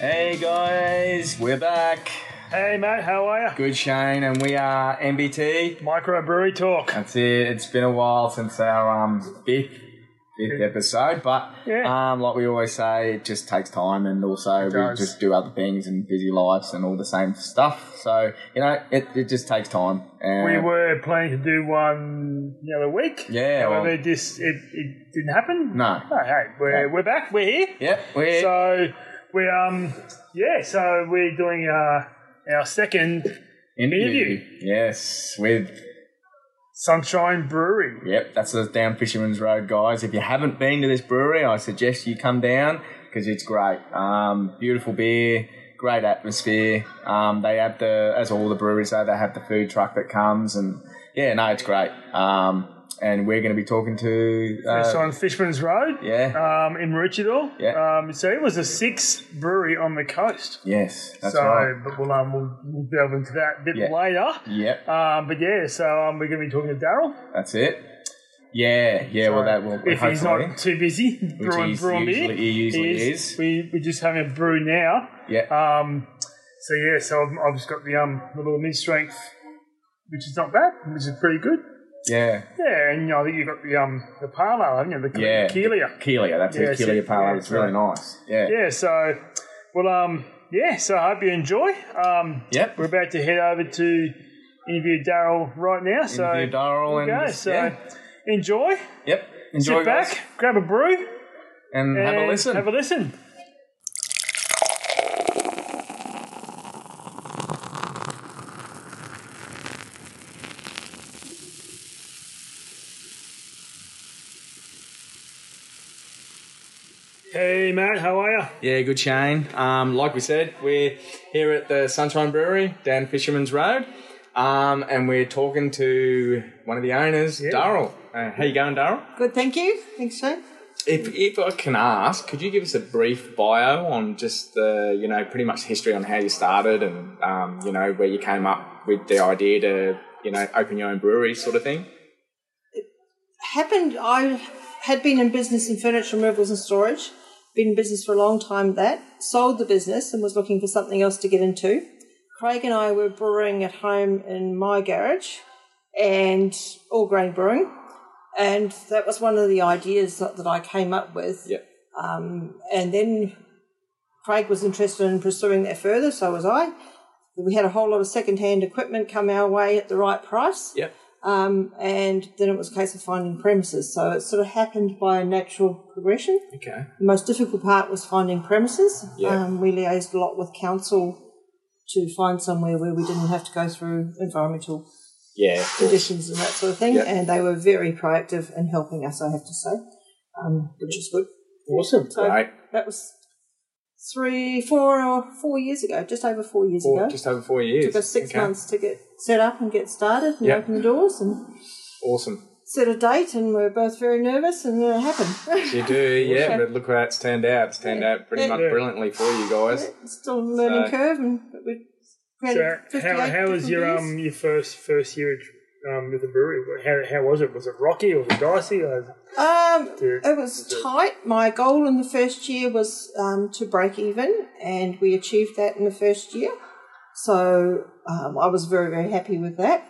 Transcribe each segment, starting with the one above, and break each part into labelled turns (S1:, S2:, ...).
S1: Hey guys, we're back.
S2: Hey mate, how are you?
S1: Good Shane, and we are MBT.
S2: Microbrewery talk.
S1: That's it. It's been a while since our um, fifth fifth episode, but
S2: Yeah.
S1: um, like we always say, it just takes time, and also we
S2: does.
S1: just do other things and busy lives and all the same stuff. So you know, it, it just takes time. And
S2: We were planning to do one the other week.
S1: Yeah, well-
S2: However, just it, it didn't happen.
S1: No.
S2: No, hey, we're
S1: No.
S2: we're back. We're here.
S1: Yep. We
S2: So we um yeah, so we're doing uh our second interview.
S1: Yes, with
S2: Sunshine Brewery.
S1: Yep, that's the down Fisherman's Road, guys. If you haven't been to this brewery, I suggest you come down because it's great. Um, beautiful beer, great atmosphere. Um, they have the, as all the breweries do, they have the food truck that comes, and yeah, no, it's great. Um, and we're going to be talking to,
S2: it's
S1: uh,
S2: on Fishman's Road.
S1: yeah,
S2: Um, in Maroochydore.
S1: Yeah.
S2: Um, so it was the sixth brewery on the coast.
S1: yes, that's
S2: so,
S1: right.
S2: but we'll, um, we'll, we'll delve into that a bit
S1: Yeah.
S2: later.
S1: Yep,
S2: Um, but yeah, so um, we're going to be talking to Daryl.
S1: that's it. Yeah, yeah. Well, that will
S2: if he's
S1: hopefully-
S2: not too busy brewing,
S1: he's
S2: brewing
S1: usually-
S2: beer.
S1: he usually is.
S2: We, we're just having a brew now.
S1: yeah,
S2: Um, so yeah, so I've, I've just got the um the little mid strength, which is not bad, which is pretty good.
S1: yeah.
S2: Yeah, and you know, I think you've got the um the parlor, haven't you? The
S1: Yeah.
S2: yeah. Keelia.
S1: Keelia, that's
S2: Yeah,
S1: it.
S2: it's-
S1: Keelia Pale.
S2: yeah,
S1: it's really nice. Yeah.
S2: Yeah. So, well, um, yeah. So I hope you enjoy. Um,
S1: Yep.
S2: we're about to head over to interview Daryl right now. So
S1: Interview Daryl and
S2: okay,
S1: just-
S2: so
S1: yeah.
S2: enjoy.
S1: Yep. Enjoy
S2: Sit back,
S1: guys.
S2: grab a brew,
S1: and have a
S2: and
S1: listen.
S2: Have a listen. Hey Matt, how are you?
S1: yeah, good Shane. Um, like we said, we're here at the Sunshine Brewery down Fisherman's Road, um, and we're talking to one of the owners, Daryl. Uh, how you going, Daryl?
S3: Good, thank you. Thanks, so.
S1: If, if I can ask, could you give us a brief bio on just the you know pretty much history on how you started and um, you know where you came up with the idea to you know open your own brewery sort of thing?
S3: Happened, I had been in business in furniture removals and storage, been in business for a long time that, sold the business and was looking for something else to get into. Craig and I were brewing at home in my garage and all grain brewing. And that was one of the ideas that, that I came up with.
S1: Yep.
S3: and then Craig was interested in pursuing that further, so was I. We had a whole lot of second-hand equipment come our way at the right price.
S1: Yep.
S3: Um, and then it was a case of finding premises. So it sort of happened by a natural progression.
S1: Okay.
S3: The most difficult part was finding premises.
S1: Yeah.
S3: Um, we liaised a lot with council to find somewhere where we didn't have to go through environmental
S1: Yeah. of course.
S3: conditions and that sort of thing.
S1: Yeah.
S3: And they were very proactive in helping us, I have to say, um, which is good.
S1: Awesome.
S3: So-
S1: Great.
S3: That was three, four, or four years ago, just over four years
S1: Four,
S3: ago.
S1: just over four years.
S3: Took us six
S1: Okay.
S3: months to get set up and get started and
S1: Yeah.
S3: open the doors and
S1: Awesome.
S3: set a date and we are both very nervous and then it happened.
S1: You do, yeah. But look how it's turned out. It's turned
S3: Yeah.
S1: out pretty
S3: Yeah.
S1: much brilliantly for you guys.
S3: It's Still a learning
S1: So-
S3: curve and but we
S2: So
S3: created
S2: how,
S3: 58
S2: how was
S3: different
S2: your
S3: beers.
S2: um your first first year at, um with the brewery? How, how was it? Was it rocky? Was it dicey? Or was it-
S3: Um,
S2: Dude.
S3: it was tight. My goal in the first year was um, to break even, and we achieved that in the first year. So um, I was very, very happy with that.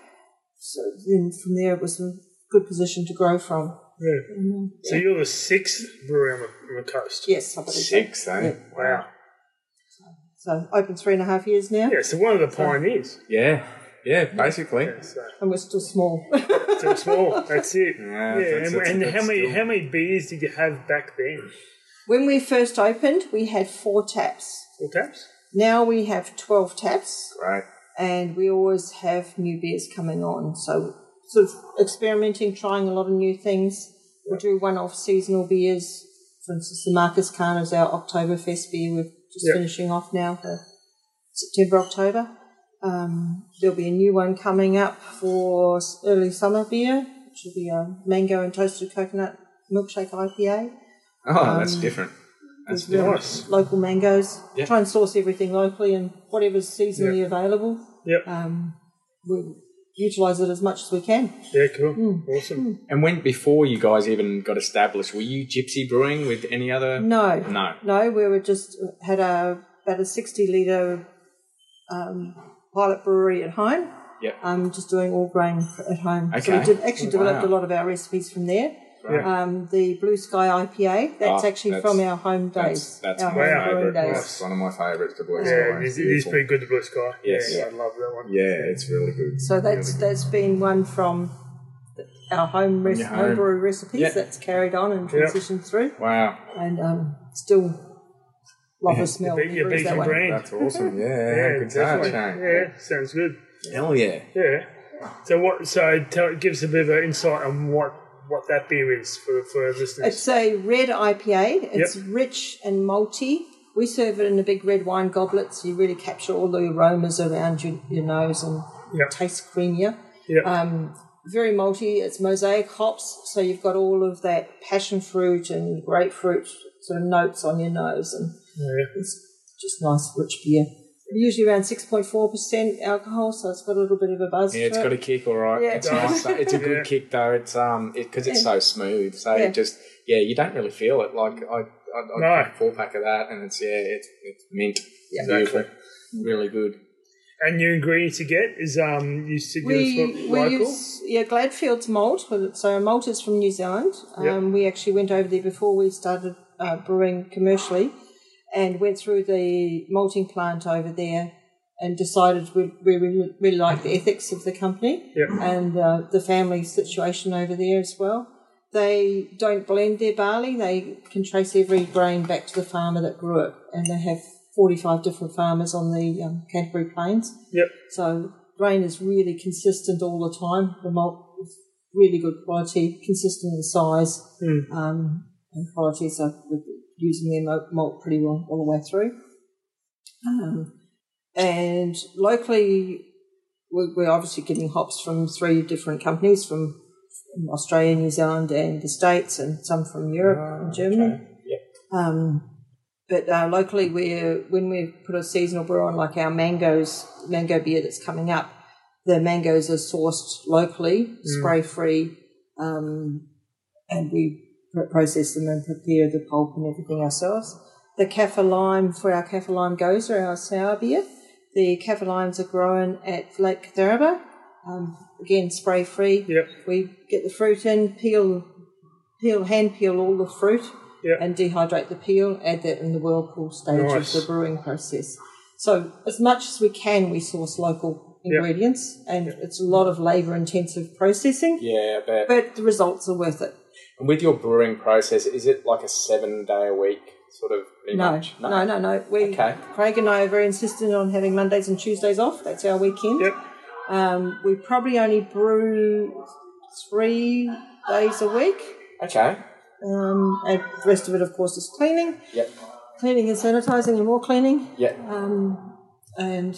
S3: So then from there, it was a good position to grow from.
S2: yeah. So you're the sixth brewery on the, on the coast.
S3: Yes, I believe so.
S1: Six, eh?
S2: Wow.
S3: So open three and a half years now,
S2: Yeah. So one of the pioneers.
S1: Yeah, yeah. Basically,
S2: So
S3: and we're still small.
S2: still small. That's it.
S1: Yeah,
S2: Yeah.
S1: that's-
S2: and
S1: that's-
S2: and
S1: that's
S2: how many
S1: still-
S2: how many beers did you have back then?
S3: when we first opened, we had four taps.
S2: Four taps.
S3: Now we have twelve taps.
S1: right.
S3: and we always have new beers coming on. So sort of experimenting, trying a lot of new things. We do one-off seasonal beers. For instance, the Marcus Khan is our Oktoberfest beer. We're just
S2: Yeah.
S3: finishing off now for September, October. Um, there'll be a new one coming up for s- early summer beer, which will be a mango and toasted coconut milkshake IPA.
S1: Oh, that's different. That's
S3: with Um, real
S1: different.
S2: Nice.
S3: Local mangoes.
S1: Yeah.
S3: Try and source everything locally and whatever's seasonally available
S2: Yep.
S3: um, we utilise it as much as we can.
S2: yeah. Cool.
S3: hmm.
S2: Awesome.
S1: And when before you guys even got established, were you Gypsy Brewing with any other?
S3: No,
S1: No.
S3: no, we were just uh, had a about a 60 litre um, pilot brewery at home.
S1: Yep.
S3: Um, just doing all grain at home. So
S1: Okay.
S3: we did, actually developed a
S1: Wow.
S3: lot of our recipes from there.
S1: Right.
S3: Um, the Blue Sky IPA, that's
S1: Ah,
S3: actually
S1: that's-
S3: from our home
S1: That's
S3: days.
S1: that's
S3: our
S1: my
S2: Wow.
S3: home brewing
S1: favourite.
S3: days.
S1: That's one of my favourites. The Blue
S2: Yeah,
S1: Sky.
S2: it is, it is
S1: Beautiful.
S2: pretty good, the blue sky.
S1: Yes.
S2: Yeah, I love that one.
S1: Yeah, it's really good.
S3: So that's that's been one from our home, rec-
S1: your
S3: home.
S1: home.
S3: brewery recipes
S1: Yeah.
S3: that's carried on and transitioned through,
S1: Wow,
S3: and um, still love the smell.
S2: Beat your
S3: Brews
S2: beef
S3: that
S2: and
S3: one.
S2: brand.
S1: that's awesome. Yeah,
S2: Yeah,
S1: good touch.
S2: definitely.
S1: eh?
S2: Yeah, sounds good.
S1: Hell yeah.
S2: Yeah. So what? So tell, give us a bit of an insight on what what that beer is for for our listeners.
S3: It's a red IPA. It's
S2: Yep.
S3: rich and malty. We serve it in a big red wine goblet, so you really capture all the aromas around your, your nose and
S2: Yep.
S3: tastes creamier.
S2: Yep.
S3: um, very malty. It's mosaic hops, so you've got all of that passion fruit and grapefruit sort of notes on your nose, and it's just nice, rich beer. Usually around six point four percent alcohol, so it's got a little bit of a buzz.
S1: Yeah, it's
S3: to
S1: got
S3: it.
S1: a kick, all right.
S3: Yeah, it
S1: it's
S2: does.
S1: nice. though. It's a good
S2: Yeah.
S1: kick though. It's um, because it's so smooth. So
S3: Yeah.
S1: it just yeah, you don't really feel it. Like I, I, I
S2: No.
S1: took a four pack of that, and it's yeah, it's it's mint.
S3: Yeah.
S1: Beautiful. Really good.
S2: and your ingredients you get is um you said you was
S3: We,
S2: from
S3: we
S2: local.
S3: use yeah Gladfield's malt. well, So our malt is from New Zealand. Um,
S2: Yep.
S3: We actually went over there before we started uh, brewing commercially, and went through the malting plant over there, and decided we, we really, really like the ethics of the company
S2: Yep.
S3: and uh, the family situation over there as well. They don't blend their barley. They can trace every grain back to the farmer that grew it, and they have forty-five different farmers on the um, Canterbury Plains.
S2: Yep.
S3: So grain is really consistent all the time. The malt is really good quality, consistent in size um, and quality. So we're using their mo- malt pretty well all the way through. Um, and locally, we- we're obviously getting hops from three different companies from from Australia, New Zealand, and the States, and some from Europe and Germany. Um, but uh, locally, we're when we put a seasonal brew on, like our mangoes, mango beer that's coming up, the mangoes are sourced locally,
S2: Mm.
S3: spray free, um, and we pr- process them and prepare the pulp and everything ourselves. The kaffir lime for our kaffir lime gozer, our sour beer. The kaffir limes are grown at Lake Catharaba. Um, again, spray free.
S2: Yep.
S3: We get the fruit in, peel, peel, hand peel all the fruit
S2: Yep.
S3: and dehydrate the peel, add that in the whirlpool stage
S2: Nice.
S3: of the brewing process. So, as much as we can, we source local ingredients, and it's a lot of labour intensive processing,
S1: Yeah, but,
S3: but the results are worth it.
S1: and with your brewing process, is it like a seven day a week sort of? pretty
S3: No,
S1: much?
S3: no, no, no. We,
S1: Okay.
S3: Craig and I are very insistent on having Mondays and Tuesdays off. That's our weekend.
S2: Yep.
S3: Um, we probably only brew three days a week,
S1: Okay.
S3: um, and the rest of it, of course, is cleaning,
S1: Yep.
S3: cleaning and sanitising, and more cleaning.
S1: Yep.
S3: um, and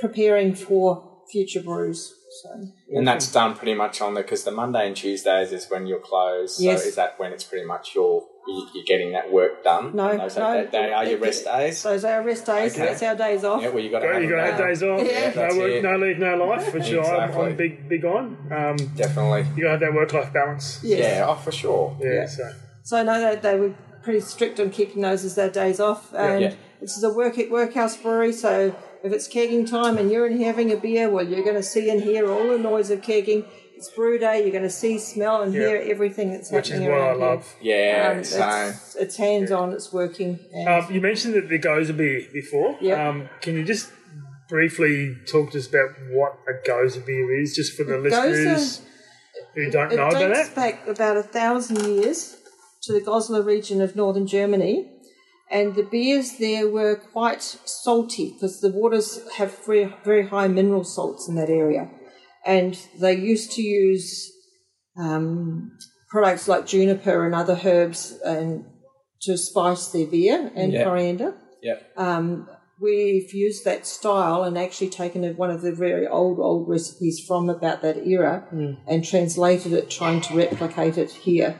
S3: preparing for future brews. So
S1: And that's done pretty much on the because the Monday and Tuesdays is when you're closed.
S3: Yes.
S1: So is that when it's pretty much your you- you're getting that work done?
S3: no,
S1: And those
S3: no,
S1: that day are your rest days.
S3: Those are our rest days.
S1: Okay.
S3: That's our days off.
S1: yeah, well you got to
S2: Right, you got to have days off.
S1: Yeah, that's
S2: no work,
S1: it.
S2: no leave, no life, which I'm,
S1: Exactly.
S2: I'm big big on. Um,
S1: Definitely.
S2: you got to have that work life balance.
S3: Yes.
S1: Yeah, oh for sure.
S2: Yeah.
S3: Yeah.
S2: So
S3: So I know that they were pretty strict on keeping those as their days off. And
S1: Yeah.
S3: this is a work workhouse brewery, so if it's kegging time and you're in here having a beer, well, you're going to see and hear all the noise of kegging. It's brew day. You're going to see, smell, and hear everything that's
S2: which is
S3: happening
S2: what I
S3: around
S2: love.
S3: here.
S1: Yeah,
S3: Um,
S1: so
S3: it's, it's hands on. It's working. And
S2: Um, you mentioned that the gozer beer before.
S3: Yeah.
S2: Um, can you just briefly talk to us about what a gozer beer is, just for the
S3: gozer-
S2: listeners who don't
S3: it
S2: know about
S3: dates
S2: it?
S3: back about a thousand years to the Goslar region of northern Germany, and the beers there were quite salty because the waters have very, very high mineral salts in that area, and they used to use um, products like juniper and other herbs and to spice their beer and
S1: Yeah.
S3: coriander
S1: yeah.
S3: we've used that style and actually taken it- one of the very old, old recipes from about that era and translated it, trying to replicate it here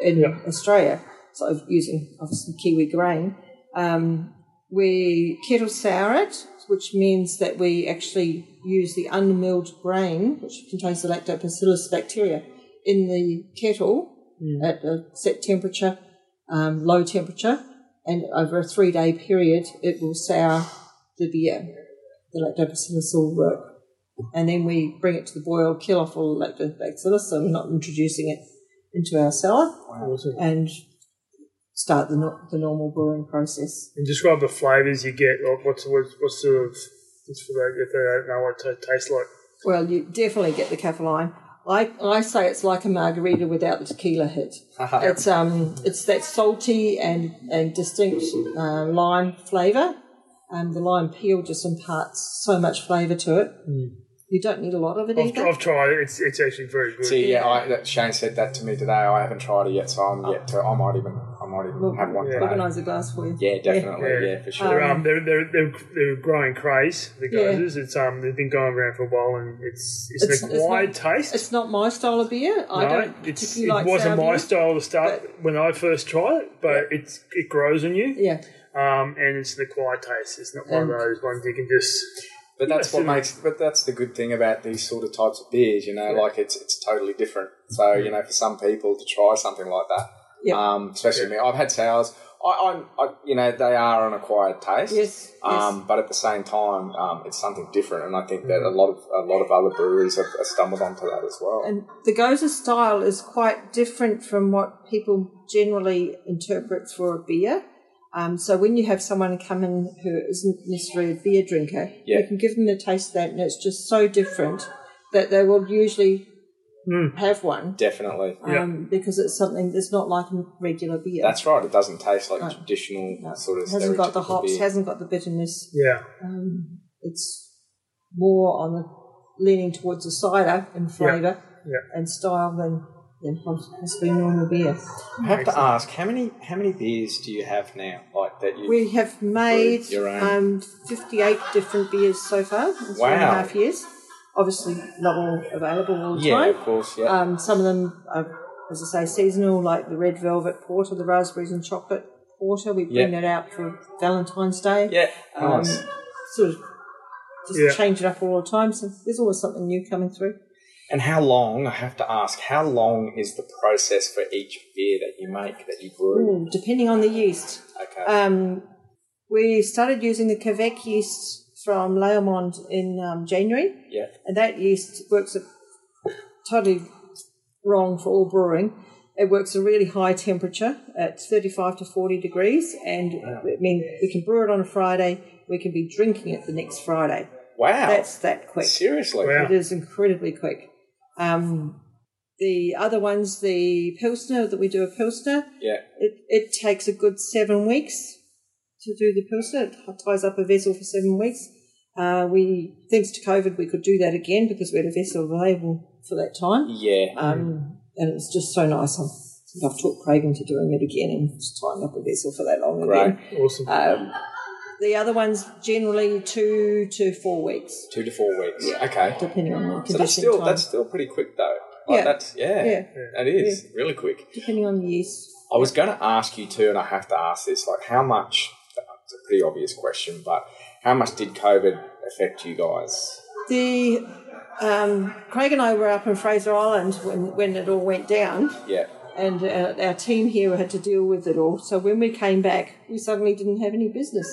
S3: in Australia. So using obviously kiwi grain. Um, we kettle sour it, which means that we actually use the unmilled grain, which contains the lactobacillus bacteria, in the kettle at a set temperature, um, low temperature, and over a three day period, it will sour the beer. The lactobacillus will work. And then we bring it to the boil, kill off all the lactobacillus, so we're not introducing it into our cellar,
S2: Awesome.
S3: and start the, no- the normal brewing process.
S2: And describe the flavours you get. Like what's what's what's sort of just for that if they don't know what it tastes like.
S3: Well, you definitely get the caffaline. I, I say it's like a margarita without the tequila hit.
S2: Uh-huh.
S3: It's um it's that salty and, and distinct uh, lime flavour. Um, the lime peel just imparts so much flavour to it. You don't need a lot of it
S2: Hmm. I've,
S3: either.
S2: I've tried it. It's it's actually very good.
S1: See, yeah, I, that Shane said that to me today. I haven't tried it yet, so I'm yet to. I might even. I might even
S3: We'll
S1: have one today.
S3: organise a glass for you.
S1: Yeah, definitely. Yeah, for sure.
S2: They're, um, they're, they're, they're, they're growing craze, the
S3: Yeah.
S2: gozers. It's um they've been going around for a while and it's it's,
S3: It's-
S2: an
S3: it's
S2: acquired
S3: not-
S2: taste.
S3: It's not my style of beer. I
S2: no,
S3: don't
S2: it's,
S3: particularly
S2: it
S3: like
S2: wasn't
S3: sour
S2: my
S3: beer.
S2: style to start when I first tried it, but it's it grows on you.
S3: Yeah.
S2: Um, and it's an acquired taste. It's not one of
S3: And-
S2: those ones you can just
S1: But that's
S2: Yeah,
S1: what
S2: so-
S1: makes. But that's the good thing about these sort of types of beers. You know, like it's it's totally different. So you know, for some people to try something like that,
S3: Yeah.
S1: um, especially me, I've had sours. I, I'm, I, you know, they are an acquired taste.
S3: Yes,
S1: Um,
S3: yes.
S1: But at the same time, um, it's something different, and I think that a lot of a lot of other breweries have, have stumbled onto that as well.
S3: Mm. And the Goza style is quite different from what people generally interpret for a beer. Um, so when you have someone come in who isn't necessarily a beer drinker,
S1: Yeah.
S3: you can give them a taste of that, and it's just so different that they will usually
S1: Hmm.
S3: have one
S1: Definitely.
S3: um, because it's something that's not like a regular beer.
S1: That's right. It doesn't taste like traditional sort of.
S3: hasn't got the
S1: stereotypical
S3: hops,
S1: beer.
S3: hasn't got the bitterness.
S2: yeah
S3: Um, it's more on the leaning towards the cider in flavour
S2: yeah.
S3: and style than than possibly normal beer.
S1: I have to ask how many how many beers do you have now? Like that you.
S3: We have made
S1: Your own.
S3: um, 58 different beers so far in three and a
S1: Wow.
S3: half years. Obviously, not all available all the
S1: yeah,
S3: time.
S1: of course. Yeah.
S3: Um, some of them are, as I say, seasonal, like the red velvet porter, the raspberries and chocolate porter. We bring
S1: Yeah.
S3: that out for Valentine's Day.
S1: yeah.
S3: Um,
S1: Nice.
S3: Sort of just
S2: Yeah.
S3: change it up all the time. So there's always something new coming through.
S1: And how long, I have to ask, how long is the process for each beer that you make, that you brew?
S3: Ooh, depending on the yeast.
S1: Okay.
S3: Um, we started using the Quebec yeast from Leomond in um, January.
S1: yeah.
S3: and that yeast works at totally wrong for all brewing. It works a really high temperature at 35 to 40 degrees, and I mean, we can brew it on a Friday, we can be drinking it the next Friday.
S1: Wow.
S3: That's that quick.
S1: Seriously.
S2: Wow.
S3: It is incredibly quick. Um, the other ones, the Pilsner that we do a Pilsner,
S1: Yeah.
S3: it, it takes a good seven weeks to do the Pilsner. It ties up a vessel for seven weeks. Uh, we, thanks to COVID, we could do that again because we had a vessel available for that time.
S1: Yeah.
S3: Um, and it's just so nice. I've, I've talked Craig into doing it again and just tying up a vessel for that long
S1: Great.
S3: again.
S2: awesome.
S3: Um, the other ones generally two to four weeks,
S1: Two to four weeks. Okay.
S3: depending on the condition.
S1: So that's still
S3: time.
S1: that's still pretty quick though. Like
S3: Yeah.
S1: that's yeah.
S3: Yeah.
S1: That is really quick.
S3: depending on the yeast.
S1: I was going to ask you too, and I have to ask this: like, how much? It's a pretty obvious question, but how much did COVID affect you guys?
S3: The um, Craig and I were up in Fraser Island when, when it all went down,
S1: Yeah.
S3: and uh, our, our team here had to deal with it all. So when we came back, we suddenly didn't have any business.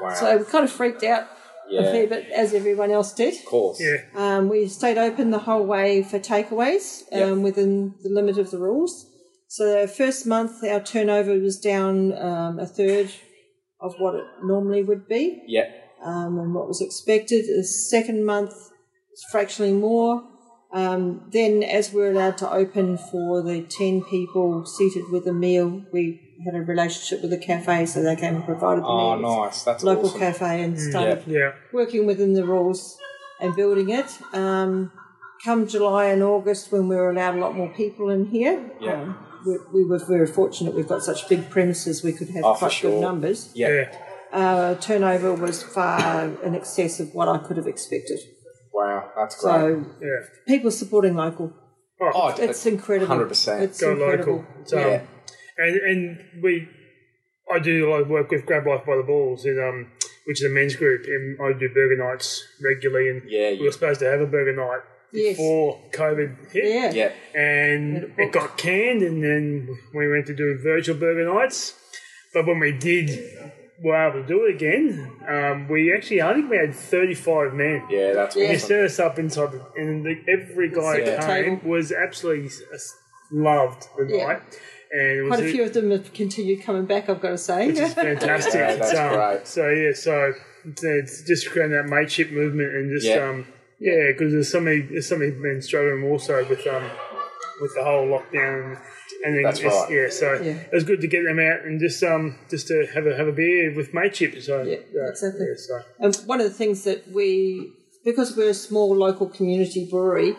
S1: Wow.
S3: So we kind of freaked out
S1: yeah.
S3: a fair bit, as everyone else did.
S1: of course.
S2: yeah.
S3: Um, we stayed open the whole way for takeaways um,
S1: Yeah.
S3: within the limit of the rules. So the first month, our turnover was down um, a third of what it normally would be
S1: Yeah.
S3: um, and what was expected. The second month was fractionally more. Um, then, as we were allowed to open for the 10 people seated with a meal, we had a relationship with the cafe, so they came and provided the
S1: Oh,
S3: meals.
S1: nice. That's
S3: Local
S1: awesome.
S3: cafe and started
S2: Yeah.
S3: working within the rules and building it. Um, come July and August, when we were allowed a lot more people in here,
S1: Yeah.
S3: um, we, we were very fortunate. We've got such big premises, we could have
S1: Oh, for
S3: quite
S1: sure.
S3: good numbers.
S1: Yeah.
S2: Yeah.
S3: Our turnover was far in excess of what I could have expected.
S1: Wow. That's great.
S3: So
S2: Yeah.
S3: people supporting local,
S1: Oh,
S3: it's incredible.
S1: 100%.
S3: It's
S2: Go
S3: incredible.
S2: local. So,
S1: Yeah.
S2: and and we, I do a lot of work with Grab Life by the Balls, in, um, which is a men's group, and I do burger nights regularly. And
S1: Yeah,
S2: we
S1: you-
S2: were supposed to have a burger night
S3: Yes.
S2: before COVID hit,
S3: Yeah.
S1: yeah.
S2: and
S3: And it
S2: it got canned. And then we went to do virtual burger nights. But when we did, were able to do it again. Um, we actually, I think we had thirty-five men.
S1: Yeah, that's
S3: Yeah.
S2: They
S1: awesome.
S2: set us up inside, the, and the, every guy
S3: Separate
S2: that came was absolutely s- loved the
S3: Yeah.
S2: night, and it was
S3: Quite a few of them have continued coming back, I've got to say.
S2: which is fantastic.
S1: Yeah, that's
S2: um,
S1: great.
S2: So yeah, so it's, it's just creating that mateship movement and just
S1: Yeah.
S2: um yeah, because there's so many there's so many men struggling also with um with the whole lockdown and then
S1: That's
S2: it's-
S1: right.
S2: yeah, so
S3: Yeah.
S2: it was good to get them out and just um just to have a have a beer with mateship. So
S3: Yeah, exactly.
S2: yeah, so
S3: And one of the things that we, because we're a small local community brewery,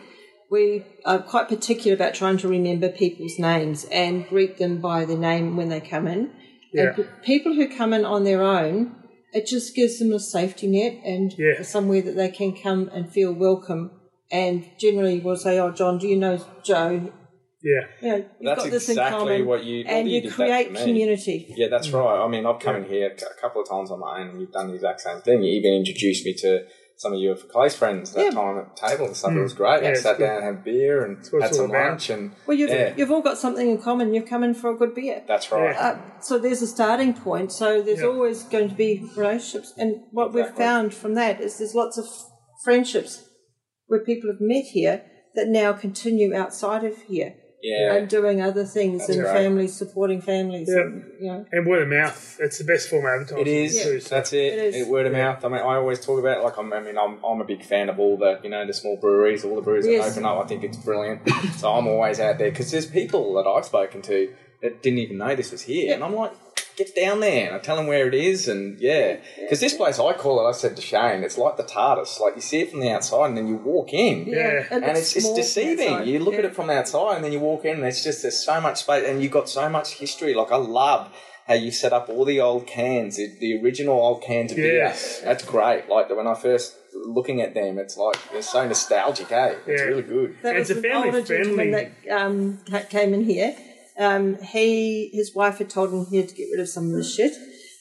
S3: we are quite particular about trying to remember people's names and greet them by their name when they come in.
S2: Yeah.
S3: And p- people who come in on their own, it just gives them a safety net and
S2: Yeah.
S3: somewhere that they can come and feel welcome. And generally, we'll say, "Oh, John, do you know Joe?
S2: yeah.
S3: You know, you've
S1: That's
S3: got this
S1: exactly
S3: in common."
S1: what you- well,
S3: and
S1: you
S3: you,
S1: did that
S3: create
S1: for me.
S3: community.
S1: Yeah, that's right. I mean, I've come in here a couple of times on my own, and you've done the exact same thing. You even introduced me to some of your close friends that
S3: Yeah.
S1: time at the table and stuff. It was great.
S2: Hmm. Yeah,
S1: I
S2: it's
S1: sat
S2: good.
S1: down and had beer and
S2: what
S1: had
S2: it's
S1: some
S2: all about.
S1: lunch, and
S3: Well, you've
S1: yeah,
S3: you've all got something in common. You've come in for a good beer.
S1: that's right.
S2: Yeah.
S3: Uh, so there's a starting point. So there's
S2: Yeah.
S3: always going to be relationships, and what we've
S1: Exactly.
S3: found from that is there's lots of friendships where people have met here that now continue outside of here
S1: Yeah.
S3: and doing other things
S1: That's
S3: and
S1: right.
S3: families supporting families.
S2: Yeah.
S3: And, you know,
S2: And word of mouth, it's the best form of
S1: It
S2: advertising.
S1: is.
S2: too, so-
S1: That's it.
S3: It is.
S1: It- word of mouth. I mean, I always talk about like I'm, I mean, I'm, I'm a big fan of all the you know the small breweries, all the breweries
S3: Yes.
S1: that open up. I think it's brilliant. so I'm always out there because there's people that I've spoken to that didn't even know this was here, and I'm like. Get down there, and I tell them where it is, and yeah, because this place I call it. I said to Shane, it's like the TARDIS. Like you see it from the outside, and then you walk in,
S2: Yeah.
S3: it
S1: and
S3: looks
S1: it's, it's
S3: small
S1: deceiving.
S3: outside.
S1: You look at
S3: Yeah.
S1: it from the outside, and then you walk in, and it's just there's so much space, and you've got so much history. Like I love how you set up all the old cans, the, the original old cans of
S2: Yes.
S1: beer. That's great. Like when I first looking at them, it's like they're so nostalgic. eh? it's
S2: Yeah.
S1: really good.
S3: That
S2: It's
S3: was
S2: a
S3: an
S2: family
S3: older gentleman
S2: friendly-
S3: that um, ca- came in here. Um, he his wife had told him he had to get rid of some of his shit,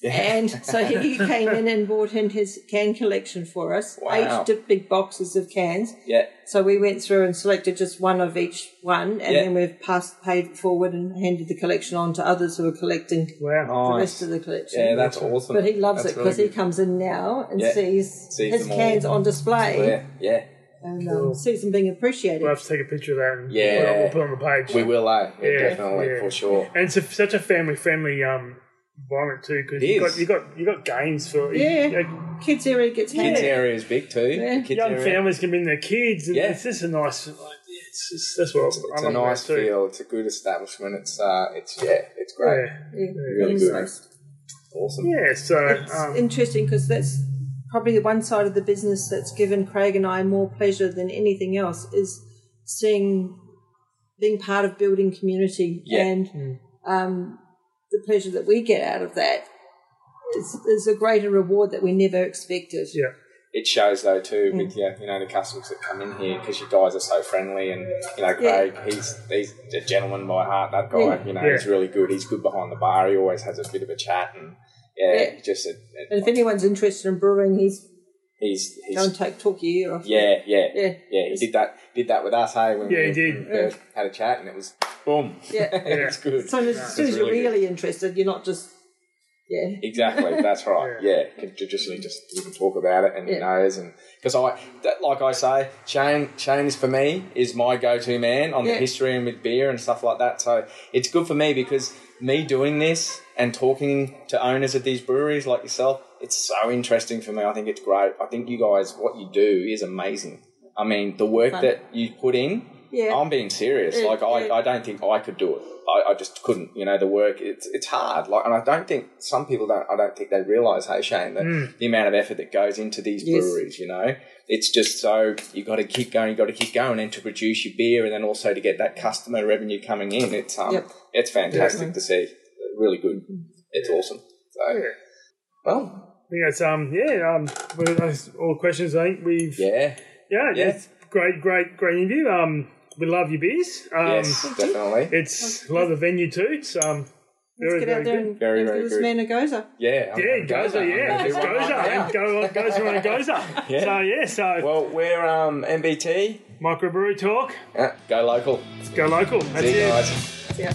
S3: and so he came in and bought in his can collection for us.
S1: Wow.
S3: Eight di- big boxes of cans.
S1: Yeah,
S3: So we went through and selected just one of each one, and
S1: Yeah.
S3: then we've passed paid forward and handed the collection on to others who are collecting
S2: Wow.
S3: the
S1: nice.
S3: rest of the collection.
S1: Yeah, that's awesome.
S3: but he loves
S1: That's
S3: it because
S1: really
S3: he comes in now and
S1: Yeah.
S3: sees,
S1: Sees
S3: his
S1: them all.
S3: cans on display
S1: good. Yeah, yeah.
S3: and um, sees them being appreciated.
S2: We'll have to take a picture of that and
S1: Yeah.
S2: we'll, we'll put it on the page.
S1: We will, eh? Yeah,
S2: Yeah,
S1: definitely
S2: yeah.
S1: for sure.
S2: And it's a, such a family friendly um, environment too, because
S1: It
S2: you
S1: is.
S2: got you got you got games for
S3: Yeah.
S2: you-
S3: kids area gets
S1: Kids
S3: handed.
S1: area is big too.
S3: Yeah.
S1: The Kids
S2: young
S1: area.
S2: families can bring their kids, and
S1: eh? Yeah.
S2: it's just a nice. Like, yeah, it's just, that's what I
S1: It's a
S2: love
S1: nice
S2: about it too.
S1: feel. It's a good establishment. It's uh, it's yeah, it's great.
S2: Yeah.
S3: Yeah,
S1: Really
S3: it's
S1: good.
S3: nice.
S1: Awesome.
S2: Yeah, so
S3: It's
S2: um,
S3: interesting because that's probably the one side of the business that's given Craig and I more pleasure than anything else is seeing being part of building community
S1: Yeah.
S3: and um, the pleasure that we get out of that is, is a greater reward that we never expected.
S2: yeah,
S1: it shows though too
S3: Mm.
S1: with your, you know the customers that come in here because you guys are so friendly and you know Craig he's he's a gentleman by heart that guy
S3: Yeah.
S1: you know
S2: Yeah.
S1: he's really good he's good behind the bar he always has a bit of a chat and yeah,
S3: Yeah.
S1: he just a, a-
S3: And if anyone's interested in brewing, he's
S1: he's he's
S3: don't take talk your ear off.
S1: yeah yeah
S3: Yeah.
S1: yeah he did that did that with us hey when
S2: Yeah,
S1: we
S2: he did.
S1: first had a chat and it was boom
S3: Yeah.
S1: it's good
S3: So as soon as you're
S1: really good.
S3: really interested, you're not just yeah.
S1: Exactly, that's right. yeah, Can- ju- just you just you can talk about it, and he
S3: Yeah.
S1: knows. And because I, that, like I say, Shane, Shane is for me is my go-to man on
S3: Yeah.
S1: the history and with beer and stuff like that. So it's good for me because me doing this and talking to owners of these breweries like yourself, it's so interesting for me. I think it's great. I think you guys, what you do is amazing. I mean, the work
S3: Fun.
S1: that you put in.
S3: Yeah.
S1: I'm being serious.
S3: Yeah,
S1: Like I,
S3: yeah.
S1: I don't think I could do it. I, I just couldn't. You know, the work it's it's hard. Like, and I don't think some people don't. I don't think they realise, hey Shane, that
S2: Hmm.
S1: the amount of effort that goes into these
S3: Yes.
S1: breweries. You know, it's just so you got to keep going. You got to keep going, and to produce your beer, and then also to get that customer revenue coming in. It's um,
S3: Yep.
S1: it's fantastic to see. Really good. It's awesome. So,
S2: yeah.
S1: well,
S2: I think that's um, yeah, um, well, that's all the questions. I think we've yeah,
S1: yeah, Yeah.
S2: it's great, great, great interview. Um, we love your beers. Um,
S1: yes, definitely.
S2: it's love the venue too. It's um,
S3: Let's
S2: very,
S3: get
S2: very
S3: out there
S2: good.
S3: and
S1: Very,
S3: give
S1: very
S3: this
S1: good.
S3: man a gozer.
S1: Yeah, I'm
S2: Yeah,
S1: gonna go
S2: Goza,
S1: there. I'm
S2: yeah,
S1: gonna do
S2: it's
S1: one right
S2: Goza,
S1: now.
S2: and go on, Goza on a Goza.
S1: Yeah.
S2: So yeah, so
S1: Well, we're um, MBT.
S2: microbrewery talk.
S1: Yeah, go local.
S2: Go local. That's
S1: See you
S2: it.
S1: guys.
S3: Yeah.